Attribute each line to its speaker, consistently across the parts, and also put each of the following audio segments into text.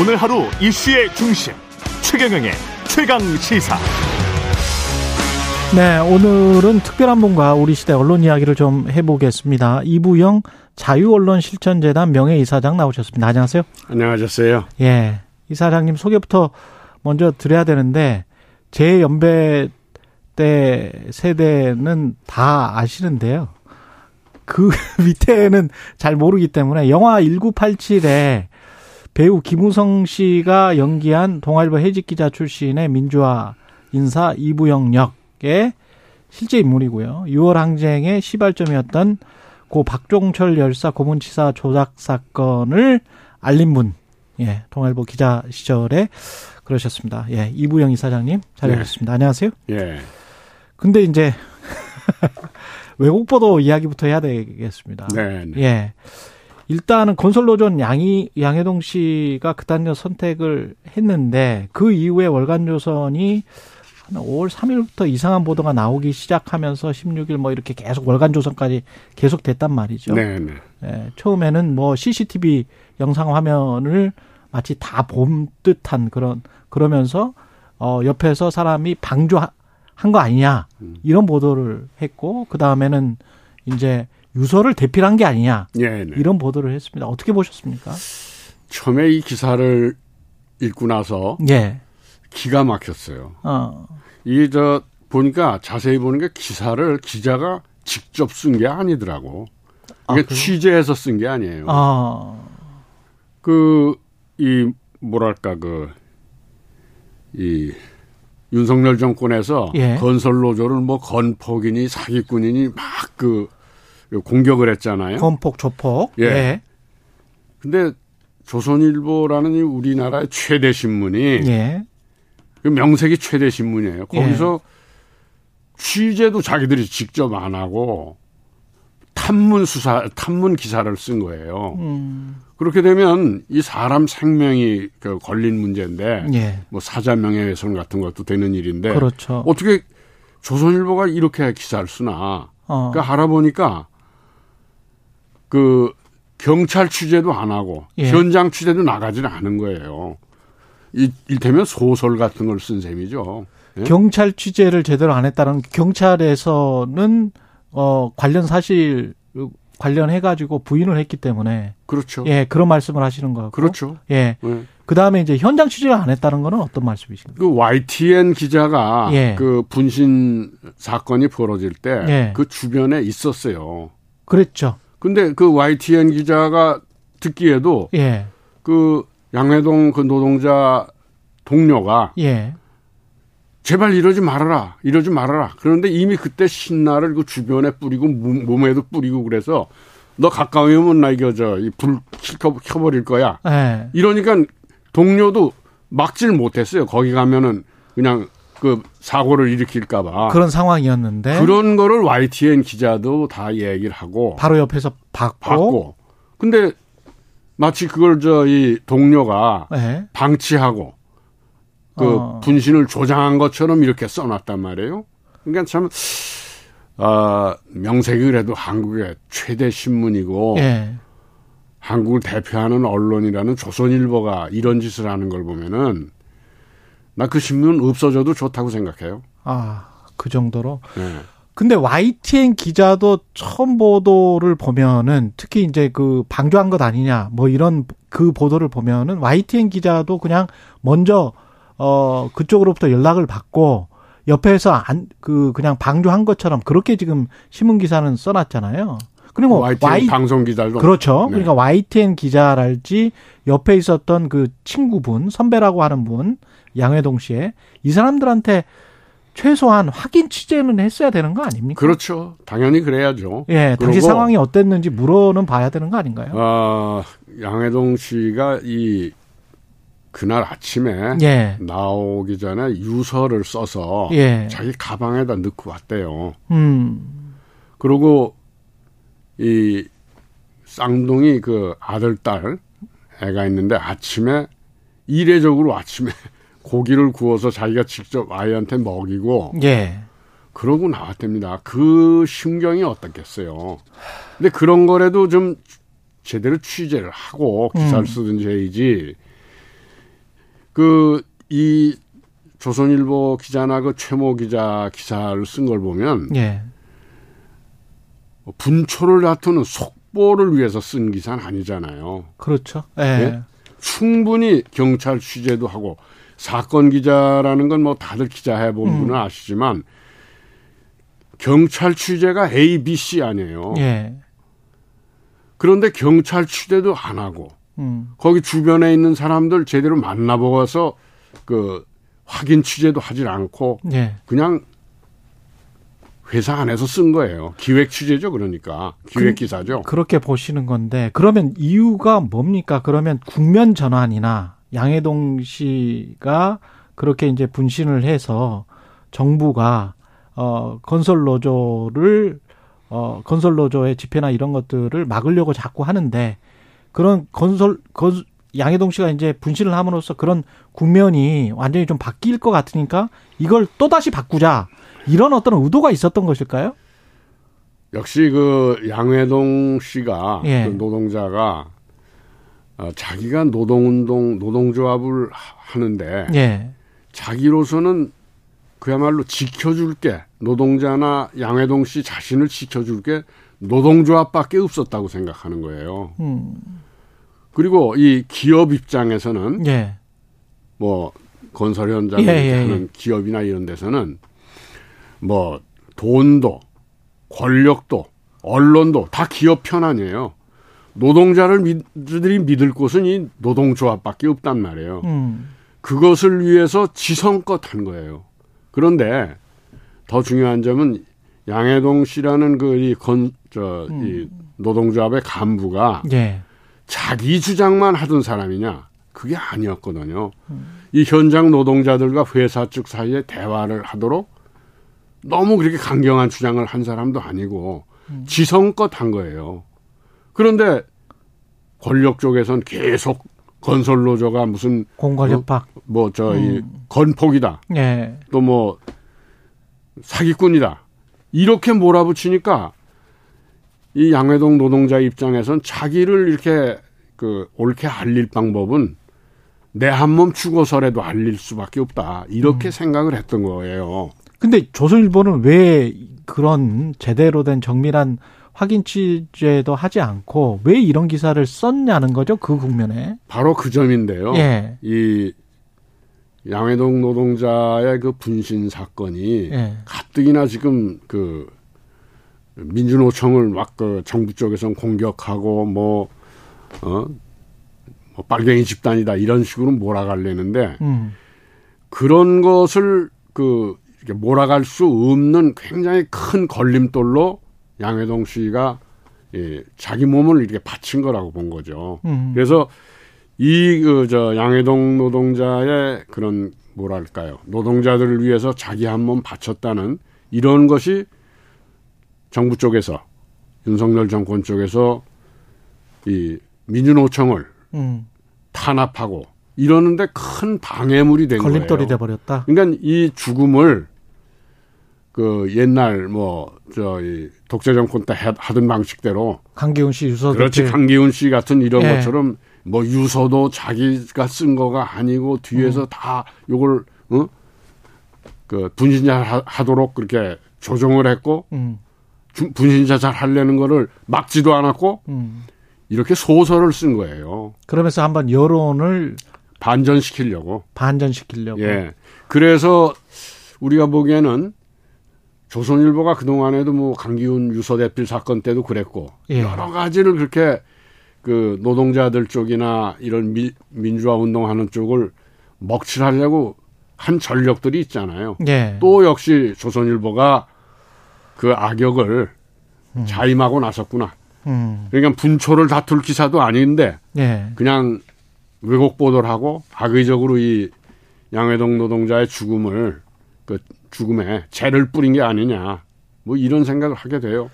Speaker 1: 오늘 하루 이슈의 중심 최경영의 최강 시사.
Speaker 2: 네, 오늘은 특별한 분과 우리 시대 언론 이야기를 좀 해보겠습니다. 이부영 자유언론실천재단 명예이사장 나오셨습니다. 안녕하세요.
Speaker 3: 안녕하셨어요.
Speaker 2: 예, 이사장님 소개부터 먼저 드려야 되는데 제 연배 때 세대는 다 아시는데요. 그 밑에는 잘 모르기 때문에 영화 1987에 배우 김우성 씨가 연기한 동아일보 해직 기자 출신의 민주화 인사 이부영 역의 실제 인물이고요. 6월 항쟁의 시발점이었던 고 박종철 열사 고문치사 조작 사건을 알린 분, 예, 동아일보 기자 시절에 그러셨습니다. 예, 이부영 이사장님 잘해주셨습니다. 안녕하세요.
Speaker 3: 예.
Speaker 2: 근데 이제 외국 보도 이야기부터 해야 되겠습니다.
Speaker 3: 네. 네.
Speaker 2: 예. 일단은 건설노전 양이 양해동 씨가 그단녀 선택을 했는데 그 이후에 월간조선이 한 5월 3일부터 이상한 보도가 나오기 시작하면서 16일 뭐 이렇게 계속 월간조선까지 계속 됐단 말이죠.
Speaker 3: 네. 네.
Speaker 2: 예, 처음에는 뭐 CCTV 영상 화면을 마치 다 본 듯한 그런 그러면서 어 옆에서 사람이 방조한 거 아니냐
Speaker 3: 음.
Speaker 2: 이런 보도를 했고 그 다음에는 이제 유서를 대필한 게 아니냐
Speaker 3: 예, 네.
Speaker 2: 이런 보도를 했습니다. 어떻게 보셨습니까?
Speaker 3: 처음에 이 기사를 읽고 나서
Speaker 2: 예.
Speaker 3: 기가 막혔어요.
Speaker 2: 어,
Speaker 3: 이게 저 보니까 자세히 보는 게 기사를 기자가 직접 쓴 게 아니더라고.
Speaker 2: 아,
Speaker 3: 그러니까
Speaker 2: 그래요?
Speaker 3: 취재해서 쓴 게 아니에요.
Speaker 2: 아,
Speaker 3: 그, 이, 뭐랄까, 그, 이, 윤석열 정권에서
Speaker 2: 예.
Speaker 3: 건설노조를 뭐 건폭이니 사기꾼이니 막 그 공격을 했잖아요.
Speaker 2: 건폭, 조폭.
Speaker 3: 예. 근데 조선일보라는 이 우리나라의 최대 신문이
Speaker 2: 예.
Speaker 3: 그 명색이 최대 신문이에요. 거기서 취재도 자기들이 직접 안 하고 탐문 수사, 탐문 기사를 쓴 거예요.
Speaker 2: 음,
Speaker 3: 그렇게 되면 이 사람 생명이 그 걸린 문제인데
Speaker 2: 예.
Speaker 3: 뭐 사자 명예훼손 같은 것도 되는 일인데
Speaker 2: 그렇죠.
Speaker 3: 어떻게 조선일보가 이렇게 기사를 쓰나?
Speaker 2: 어,
Speaker 3: 그러니까 알아보니까 그 경찰 취재도 안 하고
Speaker 2: 예.
Speaker 3: 현장 취재도 나가지는 않은 거예요. 이, 일테면 소설 같은 걸 쓴 셈이죠. 예?
Speaker 2: 경찰 취재를 제대로 안 했다는 경찰에서는 어 관련 사실 관련해 가지고 부인을 했기 때문에
Speaker 3: 그렇죠.
Speaker 2: 예 그런 말씀을 하시는 거고
Speaker 3: 그렇죠.
Speaker 2: 예
Speaker 3: 예.
Speaker 2: 그다음에 이제 현장 취재를 안 했다는 거는 어떤 말씀이신가요?
Speaker 3: 그 YTN 기자가
Speaker 2: 예.
Speaker 3: 그 분신 사건이 벌어질 때
Speaker 2: 예.
Speaker 3: 그 주변에 있었어요.
Speaker 2: 그랬죠.
Speaker 3: 근데 그 YTN 기자가 듣기에도
Speaker 2: 예.
Speaker 3: 그 양회동 그 노동자 동료가
Speaker 2: 예.
Speaker 3: 제발 이러지 말아라, 이러지 말아라. 그런데 이미 그때 신나를 그 주변에 뿌리고 몸- 몸에도 뿌리고 그래서 너 가까이 오면 나 이거 저불 켜버릴 거야.
Speaker 2: 예.
Speaker 3: 이러니까 동료도 막질 못했어요. 거기 가면은 그냥 그 사고를 일으킬까봐.
Speaker 2: 그런 상황이었는데
Speaker 3: 아. 그런 거를 YTN 기자도 다 얘기를 하고
Speaker 2: 바로 옆에서 받고,
Speaker 3: 봤고. 근데 마치 그걸 저 이 동료가
Speaker 2: 예.
Speaker 3: 방치하고 그
Speaker 2: 어.
Speaker 3: 분신을 조장한 것처럼 이렇게 써놨단 말이에요. 그러니까 참 아, 명색이 그래도 한국의 최대 신문이고
Speaker 2: 예.
Speaker 3: 한국을 대표하는 언론이라는 조선일보가 이런 짓을 하는 걸 보면은 나 그 신문 없어져도 좋다고 생각해요.
Speaker 2: 아, 그 정도로.
Speaker 3: 예.
Speaker 2: 근데 YTN 기자도 처음 보도를 보면은 특히 이제 그 방조한 것 아니냐 뭐 이런 그 보도를 보면은 YTN 기자도 그냥 먼저 어 그쪽으로부터 연락을 받고 옆에서 안 그 그냥 방조한 것처럼 그렇게 지금 신문 기사는 써놨잖아요. 그리고
Speaker 3: YTN
Speaker 2: Y-
Speaker 3: 방송 기자도
Speaker 2: 뭐, 그렇죠.
Speaker 3: 네.
Speaker 2: 그러니까 YTN 기자랄지 옆에 있었던 그 친구분, 선배라고 하는 분, 양회동 씨의 이 사람들한테 최소한 확인 취재는 했어야 되는 거 아닙니까?
Speaker 3: 그렇죠. 당연히 그래야죠.
Speaker 2: 예, 당시
Speaker 3: 그러고
Speaker 2: 상황이 어땠는지 물어는 봐야 되는 거 아닌가요?
Speaker 3: 아, 양해동 씨가 이 그날 아침에
Speaker 2: 예.
Speaker 3: 나오기 전에 유서를 써서
Speaker 2: 예.
Speaker 3: 자기 가방에다 넣고 왔대요.
Speaker 2: 음.
Speaker 3: 그리고 이 쌍둥이 그 아들 딸 애가 있는데 아침에 이례적으로 아침에 고기를 구워서 자기가 직접 아이한테 먹이고
Speaker 2: 예.
Speaker 3: 그러고 나왔답니다. 그 심경이 어떻겠어요. 근데 그런 거라도 좀 제대로 취재를 하고 기사를
Speaker 2: 음.
Speaker 3: 쓰든지 해야지 그 이 조선일보 기자나 그 최모 기자 기사를 쓴 걸 보면
Speaker 2: 예.
Speaker 3: 분초를 다투는 속보를 위해서 쓴 기사는 아니잖아요.
Speaker 2: 그렇죠. 예.
Speaker 3: 충분히 경찰 취재도 하고 사건 기자라는 건 뭐 다들 기자 해본 분은 아시지만 경찰 취재가 A, B, C 아니에요.
Speaker 2: 예.
Speaker 3: 그런데 경찰 취재도 안 하고
Speaker 2: 음.
Speaker 3: 거기 주변에 있는 사람들 제대로 만나보고서 그 확인 취재도 하질 않고
Speaker 2: 예.
Speaker 3: 그냥 회사 안에서 쓴 거예요. 기획 취재죠, 그러니까 기획 기사죠.
Speaker 2: 그렇게 보시는 건데 그러면 이유가 뭡니까? 그러면 국면 전환이나 양해동 씨가 그렇게 이제 분신을 해서 정부가 어 건설 노조를 어 건설 노조의 집회나 이런 것들을 막으려고 자꾸 하는데 그런 건설 건 양해동 씨가 이제 분신을 함으로써 그런 국면이 완전히 좀 바뀔 것 같으니까 이걸 또 다시 바꾸자 이런 어떤 의도가 있었던 것일까요?
Speaker 3: 역시 그 양회동 씨가
Speaker 2: 예.
Speaker 3: 그 노동자가 어, 자기가 노동운동 노동조합을 하- 하는데
Speaker 2: 예,
Speaker 3: 자기로서는 그야말로 지켜줄게 노동자나 양회동 씨 자신을 지켜줄게 노동조합밖에 없었다고 생각하는 거예요.
Speaker 2: 음,
Speaker 3: 그리고 이 기업 입장에서는
Speaker 2: 예,
Speaker 3: 뭐 건설 현장에
Speaker 2: 예, 예,
Speaker 3: 하는 기업이나 이런 데서는 뭐 돈도 권력도 언론도 다 기업 편안이에요. 노동자를 믿들이 믿을 곳은 이 노동조합밖에 없단 말이에요.
Speaker 2: 음.
Speaker 3: 그것을 위해서 지성껏 한 거예요. 그런데 더 중요한 점은 양해동 씨라는 그 그이건저이
Speaker 2: 음.
Speaker 3: 노동조합의 간부가
Speaker 2: 예.
Speaker 3: 자기 주장만 하던 사람이냐? 그게 아니었거든요. 이 현장 노동자들과 회사 측 사이에 대화를 하도록 너무 그렇게 강경한 주장을 한 사람도 아니고 지성껏 한 거예요. 그런데 권력 쪽에선 계속 건설 노조가 무슨
Speaker 2: 공갈 협박.
Speaker 3: 뭐 저 이 건폭이다.
Speaker 2: 예.
Speaker 3: 또 뭐 사기꾼이다. 이렇게 몰아붙이니까 이 양회동 노동자 입장에선 자기를 이렇게 그 옳게 알릴 방법은 내 한 몸 죽어서라도 알릴 수밖에 없다. 이렇게
Speaker 2: 음.
Speaker 3: 생각을 했던 거예요.
Speaker 2: 근데 조선일보는 왜 그런 제대로 된 정밀한 확인 취재도 하지 않고 왜 이런 기사를 썼냐는 거죠 그 국면에.
Speaker 3: 바로 그 점인데요.
Speaker 2: 예.
Speaker 3: 이 양회동 노동자의 그 분신 사건이
Speaker 2: 예.
Speaker 3: 가뜩이나 지금 그 민주노총을 막 그 정부 쪽에선 공격하고 뭐 어? 뭐 빨갱이 집단이다 이런 식으로 몰아가려는데
Speaker 2: 음.
Speaker 3: 그런 것을 그 이렇게 몰아갈 수 없는 굉장히 큰 걸림돌로 양회동 씨가 예, 자기 몸을 이렇게 바친 거라고 본 거죠.
Speaker 2: 음.
Speaker 3: 그래서 이 그 저 양해동 노동자의 그런 뭐랄까요 노동자들을 위해서 자기 한 몸 바쳤다는 이런 것이 정부 쪽에서 윤석열 정권 쪽에서 이 민주노총을
Speaker 2: 음.
Speaker 3: 탄압하고 이러는데 큰 방해물이 된
Speaker 2: 걸림돌이 돼
Speaker 3: 거예요.
Speaker 2: 버렸다.
Speaker 3: 그러니까 이 죽음을 그 옛날 뭐 저이 독재 정권 때 하- 하던 방식대로
Speaker 2: 강기훈 씨 유서
Speaker 3: 어, 그렇지 강기훈 씨 같은 이런
Speaker 2: 예.
Speaker 3: 것처럼 뭐 유서도 자기가 쓴 거가 아니고 뒤에서 다 요걸 어? 그 분신자 하- 하도록 그렇게 조정을 했고
Speaker 2: 음.
Speaker 3: 주- 분신자 잘 하려는 거를 막지도 않았고
Speaker 2: 음.
Speaker 3: 이렇게 소설을 쓴 거예요.
Speaker 2: 그러면서 한번 여론을
Speaker 3: 반전시키려고.
Speaker 2: 반전시키려고.
Speaker 3: 예. 그래서 우리가 보기에는 조선일보가 그동안에도 뭐 강기훈 유서대필 사건 때도 그랬고
Speaker 2: 예.
Speaker 3: 여러 가지를 그렇게 그 노동자들 쪽이나 이런 미- 민주화 운동하는 쪽을 먹칠하려고 한 전력들이 있잖아요.
Speaker 2: 예.
Speaker 3: 또 역시 조선일보가 그 악역을 자임하고 나섰구나.
Speaker 2: 음.
Speaker 3: 그러니까 분초를 다툴 기사도 아닌데
Speaker 2: 예.
Speaker 3: 그냥 왜곡 보도를 하고 악의적으로 이 양회동 노동자의 죽음을 그 죽음에 죄를 뿌린 게 아니냐 뭐 이런 생각을 하게 돼요.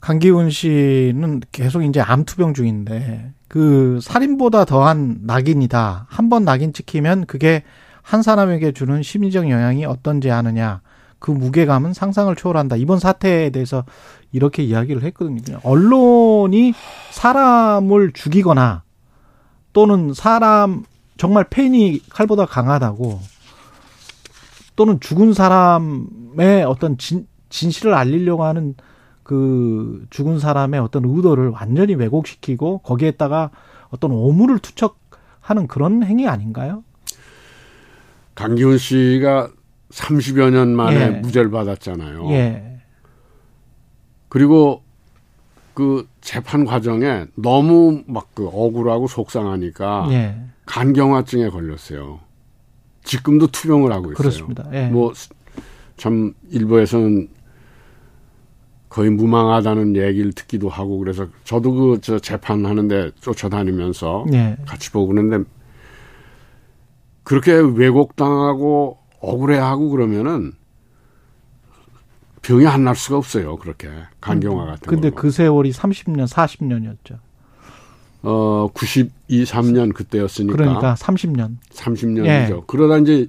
Speaker 2: 강기훈 씨는 계속 이제 암투병 중인데 그 살인보다 더한 낙인이다. 한 번 낙인 찍히면 그게 한 사람에게 주는 심리적 영향이 어떤지 아느냐. 그 무게감은 상상을 초월한다. 이번 사태에 대해서 이렇게 이야기를 했거든요. 언론이 사람을 죽이거나 또는 사람을 정말 펜이 칼보다 강하다고 또는 죽은 사람의 어떤 진, 진실을 알리려고 하는 그 죽은 사람의 어떤 의도를 완전히 왜곡시키고 거기에다가 어떤 오물을 투척하는 그런 행위 아닌가요?
Speaker 3: 강기훈 씨가 30여 년 만에
Speaker 2: 예.
Speaker 3: 무죄를 받았잖아요.
Speaker 2: 예.
Speaker 3: 그리고 그 재판 과정에 너무 막 그 억울하고 속상하니까
Speaker 2: 예.
Speaker 3: 간경화증에 걸렸어요. 지금도 투병을 하고 있어요.
Speaker 2: 그렇습니다. 예.
Speaker 3: 뭐 참 일부에서는 거의 무망하다는 얘기를 듣기도 하고 그래서 저도 그 저 재판하는데 쫓아다니면서
Speaker 2: 예.
Speaker 3: 같이 보고 그러는데 그렇게 왜곡당하고 억울해하고 그러면은 병이 안 날 수가 없어요. 그렇게 간경화 같은
Speaker 2: 근데
Speaker 3: 걸로.
Speaker 2: 그 세월이 30년, 40년이었죠.
Speaker 3: 어 92, 3년 그때였으니까
Speaker 2: 그 그러니까 30년.
Speaker 3: 30년이죠.
Speaker 2: 예.
Speaker 3: 그러다 이제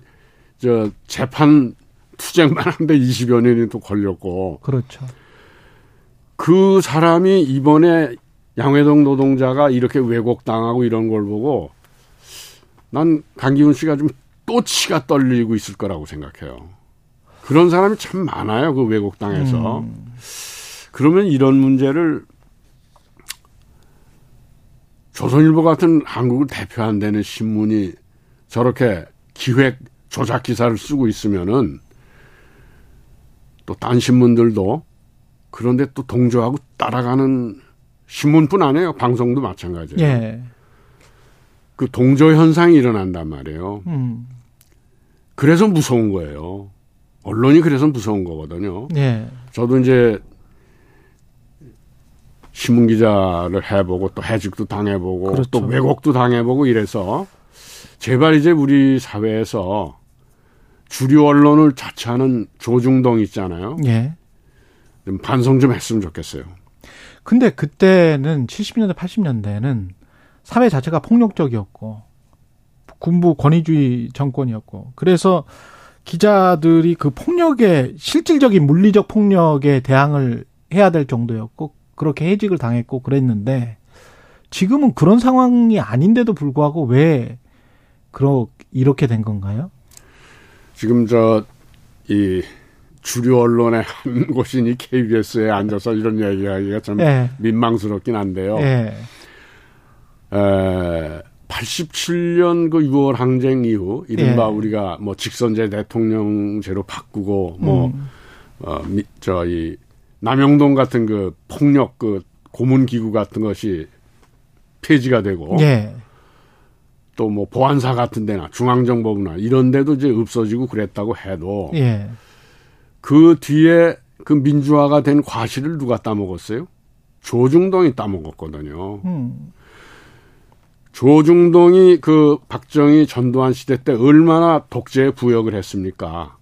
Speaker 3: 저 재판 투쟁만 하는데 20여 년이 또 걸렸고
Speaker 2: 그렇죠.
Speaker 3: 그 사람이 이번에 양회동 노동자가 이렇게 왜곡당하고 이런 걸 보고 난 강기훈 씨가 좀 또 치가 떨리고 있을 거라고 생각해요. 그런 사람이 참 많아요. 그 왜곡당해서. 그러면 이런 문제를 조선일보 같은 한국을 대표한다는 신문이 저렇게 기획 조작 기사를 쓰고 있으면은 또 딴 신문들도 그런데 또 동조하고 따라가는 신문뿐 아니에요. 방송도 마찬가지예요.
Speaker 2: 예.
Speaker 3: 그 동조 현상이 일어난단 말이에요.
Speaker 2: 음.
Speaker 3: 그래서 무서운 거예요. 언론이 그래서 무서운 거거든요.
Speaker 2: 예.
Speaker 3: 저도 이제 신문 기자를 해보고 또 해직도 당해보고
Speaker 2: 그렇죠.
Speaker 3: 또 왜곡도 당해보고 이래서 제발 이제 우리 사회에서 주류 언론을 자처하는 조중동 있잖아요.
Speaker 2: 예.
Speaker 3: 좀 반성 좀 했으면 좋겠어요.
Speaker 2: 근데 그때는 70년대, 80년대는 사회 자체가 폭력적이었고 군부 권위주의 정권이었고 그래서 기자들이 그 폭력에 실질적인 물리적 폭력에 대항을 해야 될 정도였고 그렇게 해직을 당했고 그랬는데 지금은 그런 상황이 아닌데도 불구하고 왜 그러 이렇게 된 건가요?
Speaker 3: 지금 저 이 주류 언론의 한 곳인 이 KBS에 앉아서 이런 얘기하기가 참
Speaker 2: 예.
Speaker 3: 민망스럽긴 한데요.
Speaker 2: 예.
Speaker 3: 에, 87년 그 6월 항쟁 이후 이른바
Speaker 2: 예.
Speaker 3: 우리가 뭐 직선제 대통령제로 바꾸고 뭐
Speaker 2: 음.
Speaker 3: 어, 미, 저, 이, 남영동 같은 그 폭력 그 고문기구 같은 것이 폐지가 되고
Speaker 2: 예.
Speaker 3: 또 뭐 보안사 같은 데나 중앙정보부나 이런 데도 이제 없어지고 그랬다고 해도
Speaker 2: 예.
Speaker 3: 그 뒤에 그 민주화가 된 과실을 누가 따먹었어요? 조중동이 따먹었거든요.
Speaker 2: 음.
Speaker 3: 조중동이 그 박정희 전두환 시대 때 얼마나 독재에 부역을 했습니까?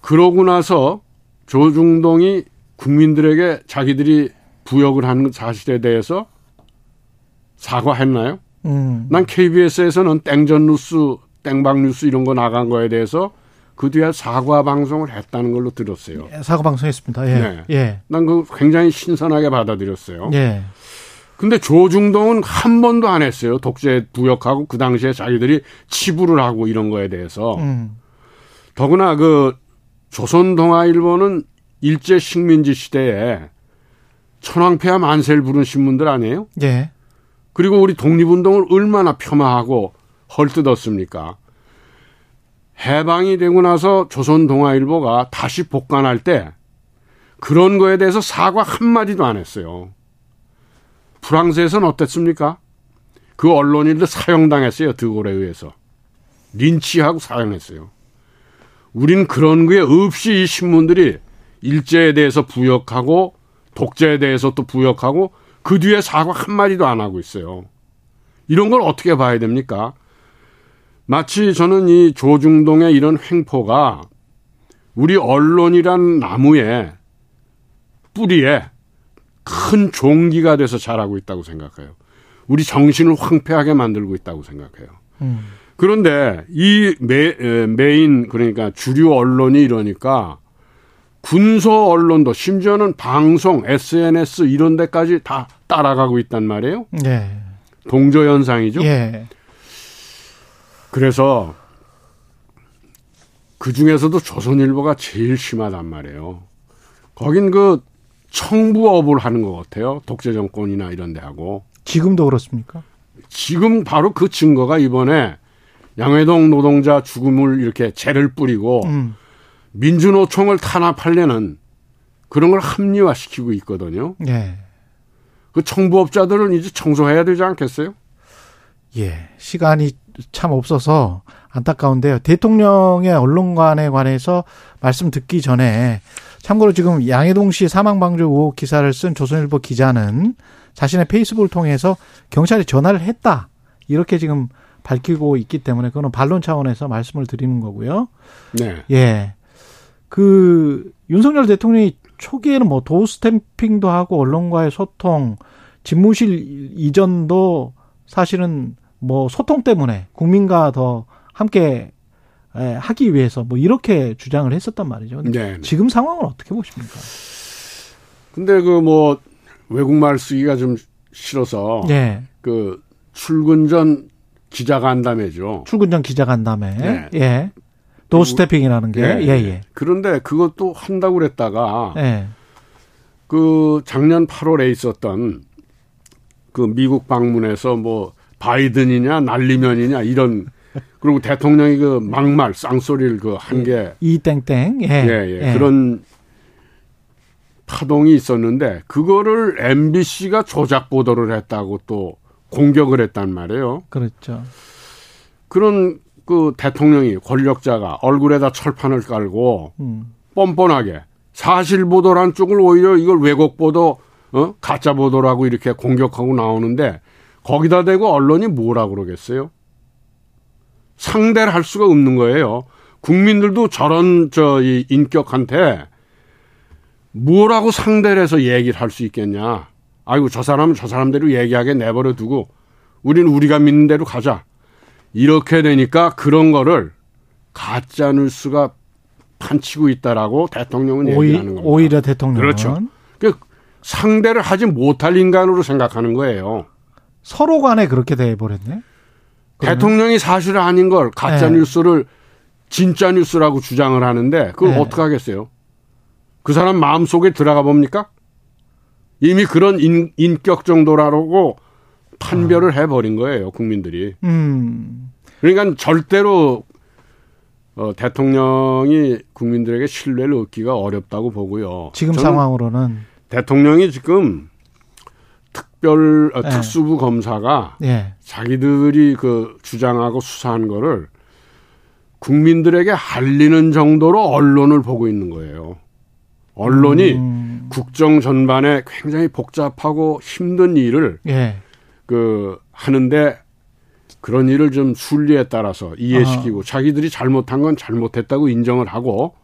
Speaker 3: 그러고 나서 조중동이 국민들에게 자기들이 부역을 한 사실에 대해서 사과했나요?
Speaker 2: 음.
Speaker 3: 난 KBS에서는 땡전 뉴스, 땡방 뉴스 이런 거 나간 거에 대해서 그 뒤에 사과 방송을 했다는 걸로 들었어요.
Speaker 2: 사고 방송했습니다. 예. 예.
Speaker 3: 난 그 굉장히 신선하게 받아들였어요.
Speaker 2: 예.
Speaker 3: 근데 조중동은 한 번도 안 했어요. 독재 부역하고 그 당시에 자기들이 치부를 하고 이런 거에 대해서.
Speaker 2: 음.
Speaker 3: 더구나 그 조선동아일보는 일제 식민지 시대에 천황폐하 만세를 부른 신문들 아니에요?
Speaker 2: 예.
Speaker 3: 그리고 우리 독립운동을 얼마나 폄하하고 헐뜯었습니까? 해방이 되고 나서 조선동아일보가 다시 복관할 때 그런 거에 대해서 사과 한마디도 안 했어요. 프랑스에서는 어땠습니까? 그 언론인들 사형당했어요. 드골에 의해서. 린치하고 사형했어요. 우린 그런 거에 없이 이 신문들이 일제에 대해서 부역하고 독재에 대해서 또 부역하고 그 뒤에 사과 한마디도 안 하고 있어요. 이런 걸 어떻게 봐야 됩니까? 마치 저는 이 조중동의 이런 횡포가 우리 언론이란 나무에 뿌리에 큰 종기가 돼서 자라고 있다고 생각해요. 우리 정신을 황폐하게 만들고 있다고 생각해요.
Speaker 2: 음.
Speaker 3: 그런데 이 메, 에, 메인 그러니까 주류 언론이 이러니까 군소 언론도 심지어는 방송, SNS 이런 데까지 다 따라가고 있단 말이에요.
Speaker 2: 예.
Speaker 3: 동조 현상이죠.
Speaker 2: 예.
Speaker 3: 그래서 그 중에서도 조선일보가 제일 심하단 말이에요. 거긴 그 청부업을 하는 것 같아요. 독재 정권이나 이런 데하고.
Speaker 2: 지금도 그렇습니까?
Speaker 3: 지금 바로 그 증거가 이번에 양회동 노동자 죽음을 이렇게 재를 뿌리고
Speaker 2: 음.
Speaker 3: 민주노총을 탄압하려는 그런 걸 합리화시키고 있거든요.
Speaker 2: 예.
Speaker 3: 그 청부업자들은 이제 청소해야 되지 않겠어요?
Speaker 2: 예. 시간이 참 없어서 안타까운데요. 대통령의 언론관에 관해서 말씀 듣기 전에 참고로 지금 양해동 씨 사망방조 의혹 기사를 쓴 조선일보 기자는 자신의 페이스북을 통해서 경찰에 전화를 했다. 이렇게 지금 밝히고 있기 때문에 그거는 반론 차원에서 말씀을 드리는 거고요.
Speaker 3: 네.
Speaker 2: 예. 그 윤석열 대통령이 초기에는 뭐 도우 스탬핑도 하고 언론과의 소통, 집무실 이전도 사실은 뭐 소통 때문에 국민과 더 함께 에, 하기 위해서 뭐 이렇게 주장을 했었단 말이죠. 근데
Speaker 3: 네.
Speaker 2: 지금 상황을 어떻게 보십니까?
Speaker 3: 근데 그 뭐 외국말 쓰기가 좀 싫어서
Speaker 2: 예.
Speaker 3: 그 출근 전 기자 간담회죠.
Speaker 2: 출근 전 기자 간담회.
Speaker 3: 네.
Speaker 2: 예. 도우 스태핑이라는 게.
Speaker 3: 예.
Speaker 2: 예, 예.
Speaker 3: 그런데 그것도 한다고 그랬다가
Speaker 2: 예.
Speaker 3: 그 작년 8월에 있었던 그 미국 방문에서 뭐 바이든이냐 날리면이냐 이런 그리고 대통령이 그 막말 쌍소리를 그 한 게 예
Speaker 2: 이 땡땡. 예.
Speaker 3: 예, 그런 파동이 있었는데 그거를 MBC가 조작 보도를 했다고 또 공격을 했단 말이에요.
Speaker 2: 그렇죠.
Speaker 3: 그런 그 대통령이 권력자가 얼굴에다 철판을 깔고
Speaker 2: 음.
Speaker 3: 뻔뻔하게 사실 보도란 쪽을 오히려 이걸 왜곡 보도, 어? 가짜 보도라고 이렇게 공격하고 나오는데 거기다 대고 언론이 뭐라 그러겠어요? 상대를 할 수가 없는 거예요. 국민들도 저런 저 이 인격한테 뭐라고 상대를 해서 얘기를 할 수 있겠냐? 아이고 저 사람은 저 사람대로 얘기하게 내버려 두고 우리는 우리가 믿는 대로 가자. 이렇게 되니까 그런 거를 가짜 뉴스가 판치고 있다라고 대통령은
Speaker 2: 오히-
Speaker 3: 얘기하는 겁니다.
Speaker 2: 오히려 대통령은
Speaker 3: 그렇죠. 그 상대를 하지 못할 인간으로 생각하는 거예요.
Speaker 2: 서로 간에 그렇게 돼 버렸네. 그러면-
Speaker 3: 대통령이 사실 아닌 걸 가짜
Speaker 2: 네.
Speaker 3: 뉴스를 진짜 뉴스라고 주장을 하는데 그걸
Speaker 2: 네.
Speaker 3: 어떻게 하겠어요? 그 사람 마음 속에 들어가 봅니까? 이미 그런 인, 인격 정도라고
Speaker 2: 아.
Speaker 3: 판별을 해버린 거예요 국민들이.
Speaker 2: 음.
Speaker 3: 그러니까 절대로 어, 대통령이 국민들에게 신뢰를 얻기가 어렵다고 보고요.
Speaker 2: 지금
Speaker 3: 저는
Speaker 2: 상황으로는
Speaker 3: 대통령이 지금 특별 어,
Speaker 2: 네.
Speaker 3: 특수부 검사가
Speaker 2: 예.
Speaker 3: 자기들이 그 주장하고 수사한 거를 국민들에게 알리는 정도로 언론을 보고 있는 거예요. 언론이
Speaker 2: 음,
Speaker 3: 국정 전반에 굉장히 복잡하고 힘든 일을
Speaker 2: 예.
Speaker 3: 그 하는데 그런 일을 좀 순리에 따라서 이해시키고 자기들이 잘못한 건 잘못했다고 인정을 하고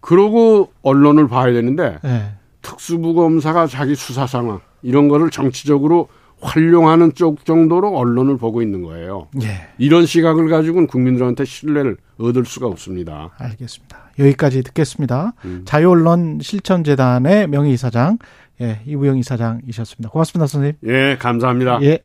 Speaker 3: 그러고 언론을 봐야 되는데
Speaker 2: 예.
Speaker 3: 특수부 검사가 자기 수사 상황 이런 거를 정치적으로 활용하는 쪽 정도로 언론을 보고 있는 거예요.
Speaker 2: 예.
Speaker 3: 이런 시각을 가지고는 국민들한테 신뢰를 얻을 수가 없습니다.
Speaker 2: 알겠습니다. 여기까지 듣겠습니다.
Speaker 3: 음.
Speaker 2: 자유언론 실천재단의 명예 이사장 예, 이우영 이사장이셨습니다. 고맙습니다, 선생님.
Speaker 3: 예, 감사합니다.
Speaker 2: 예.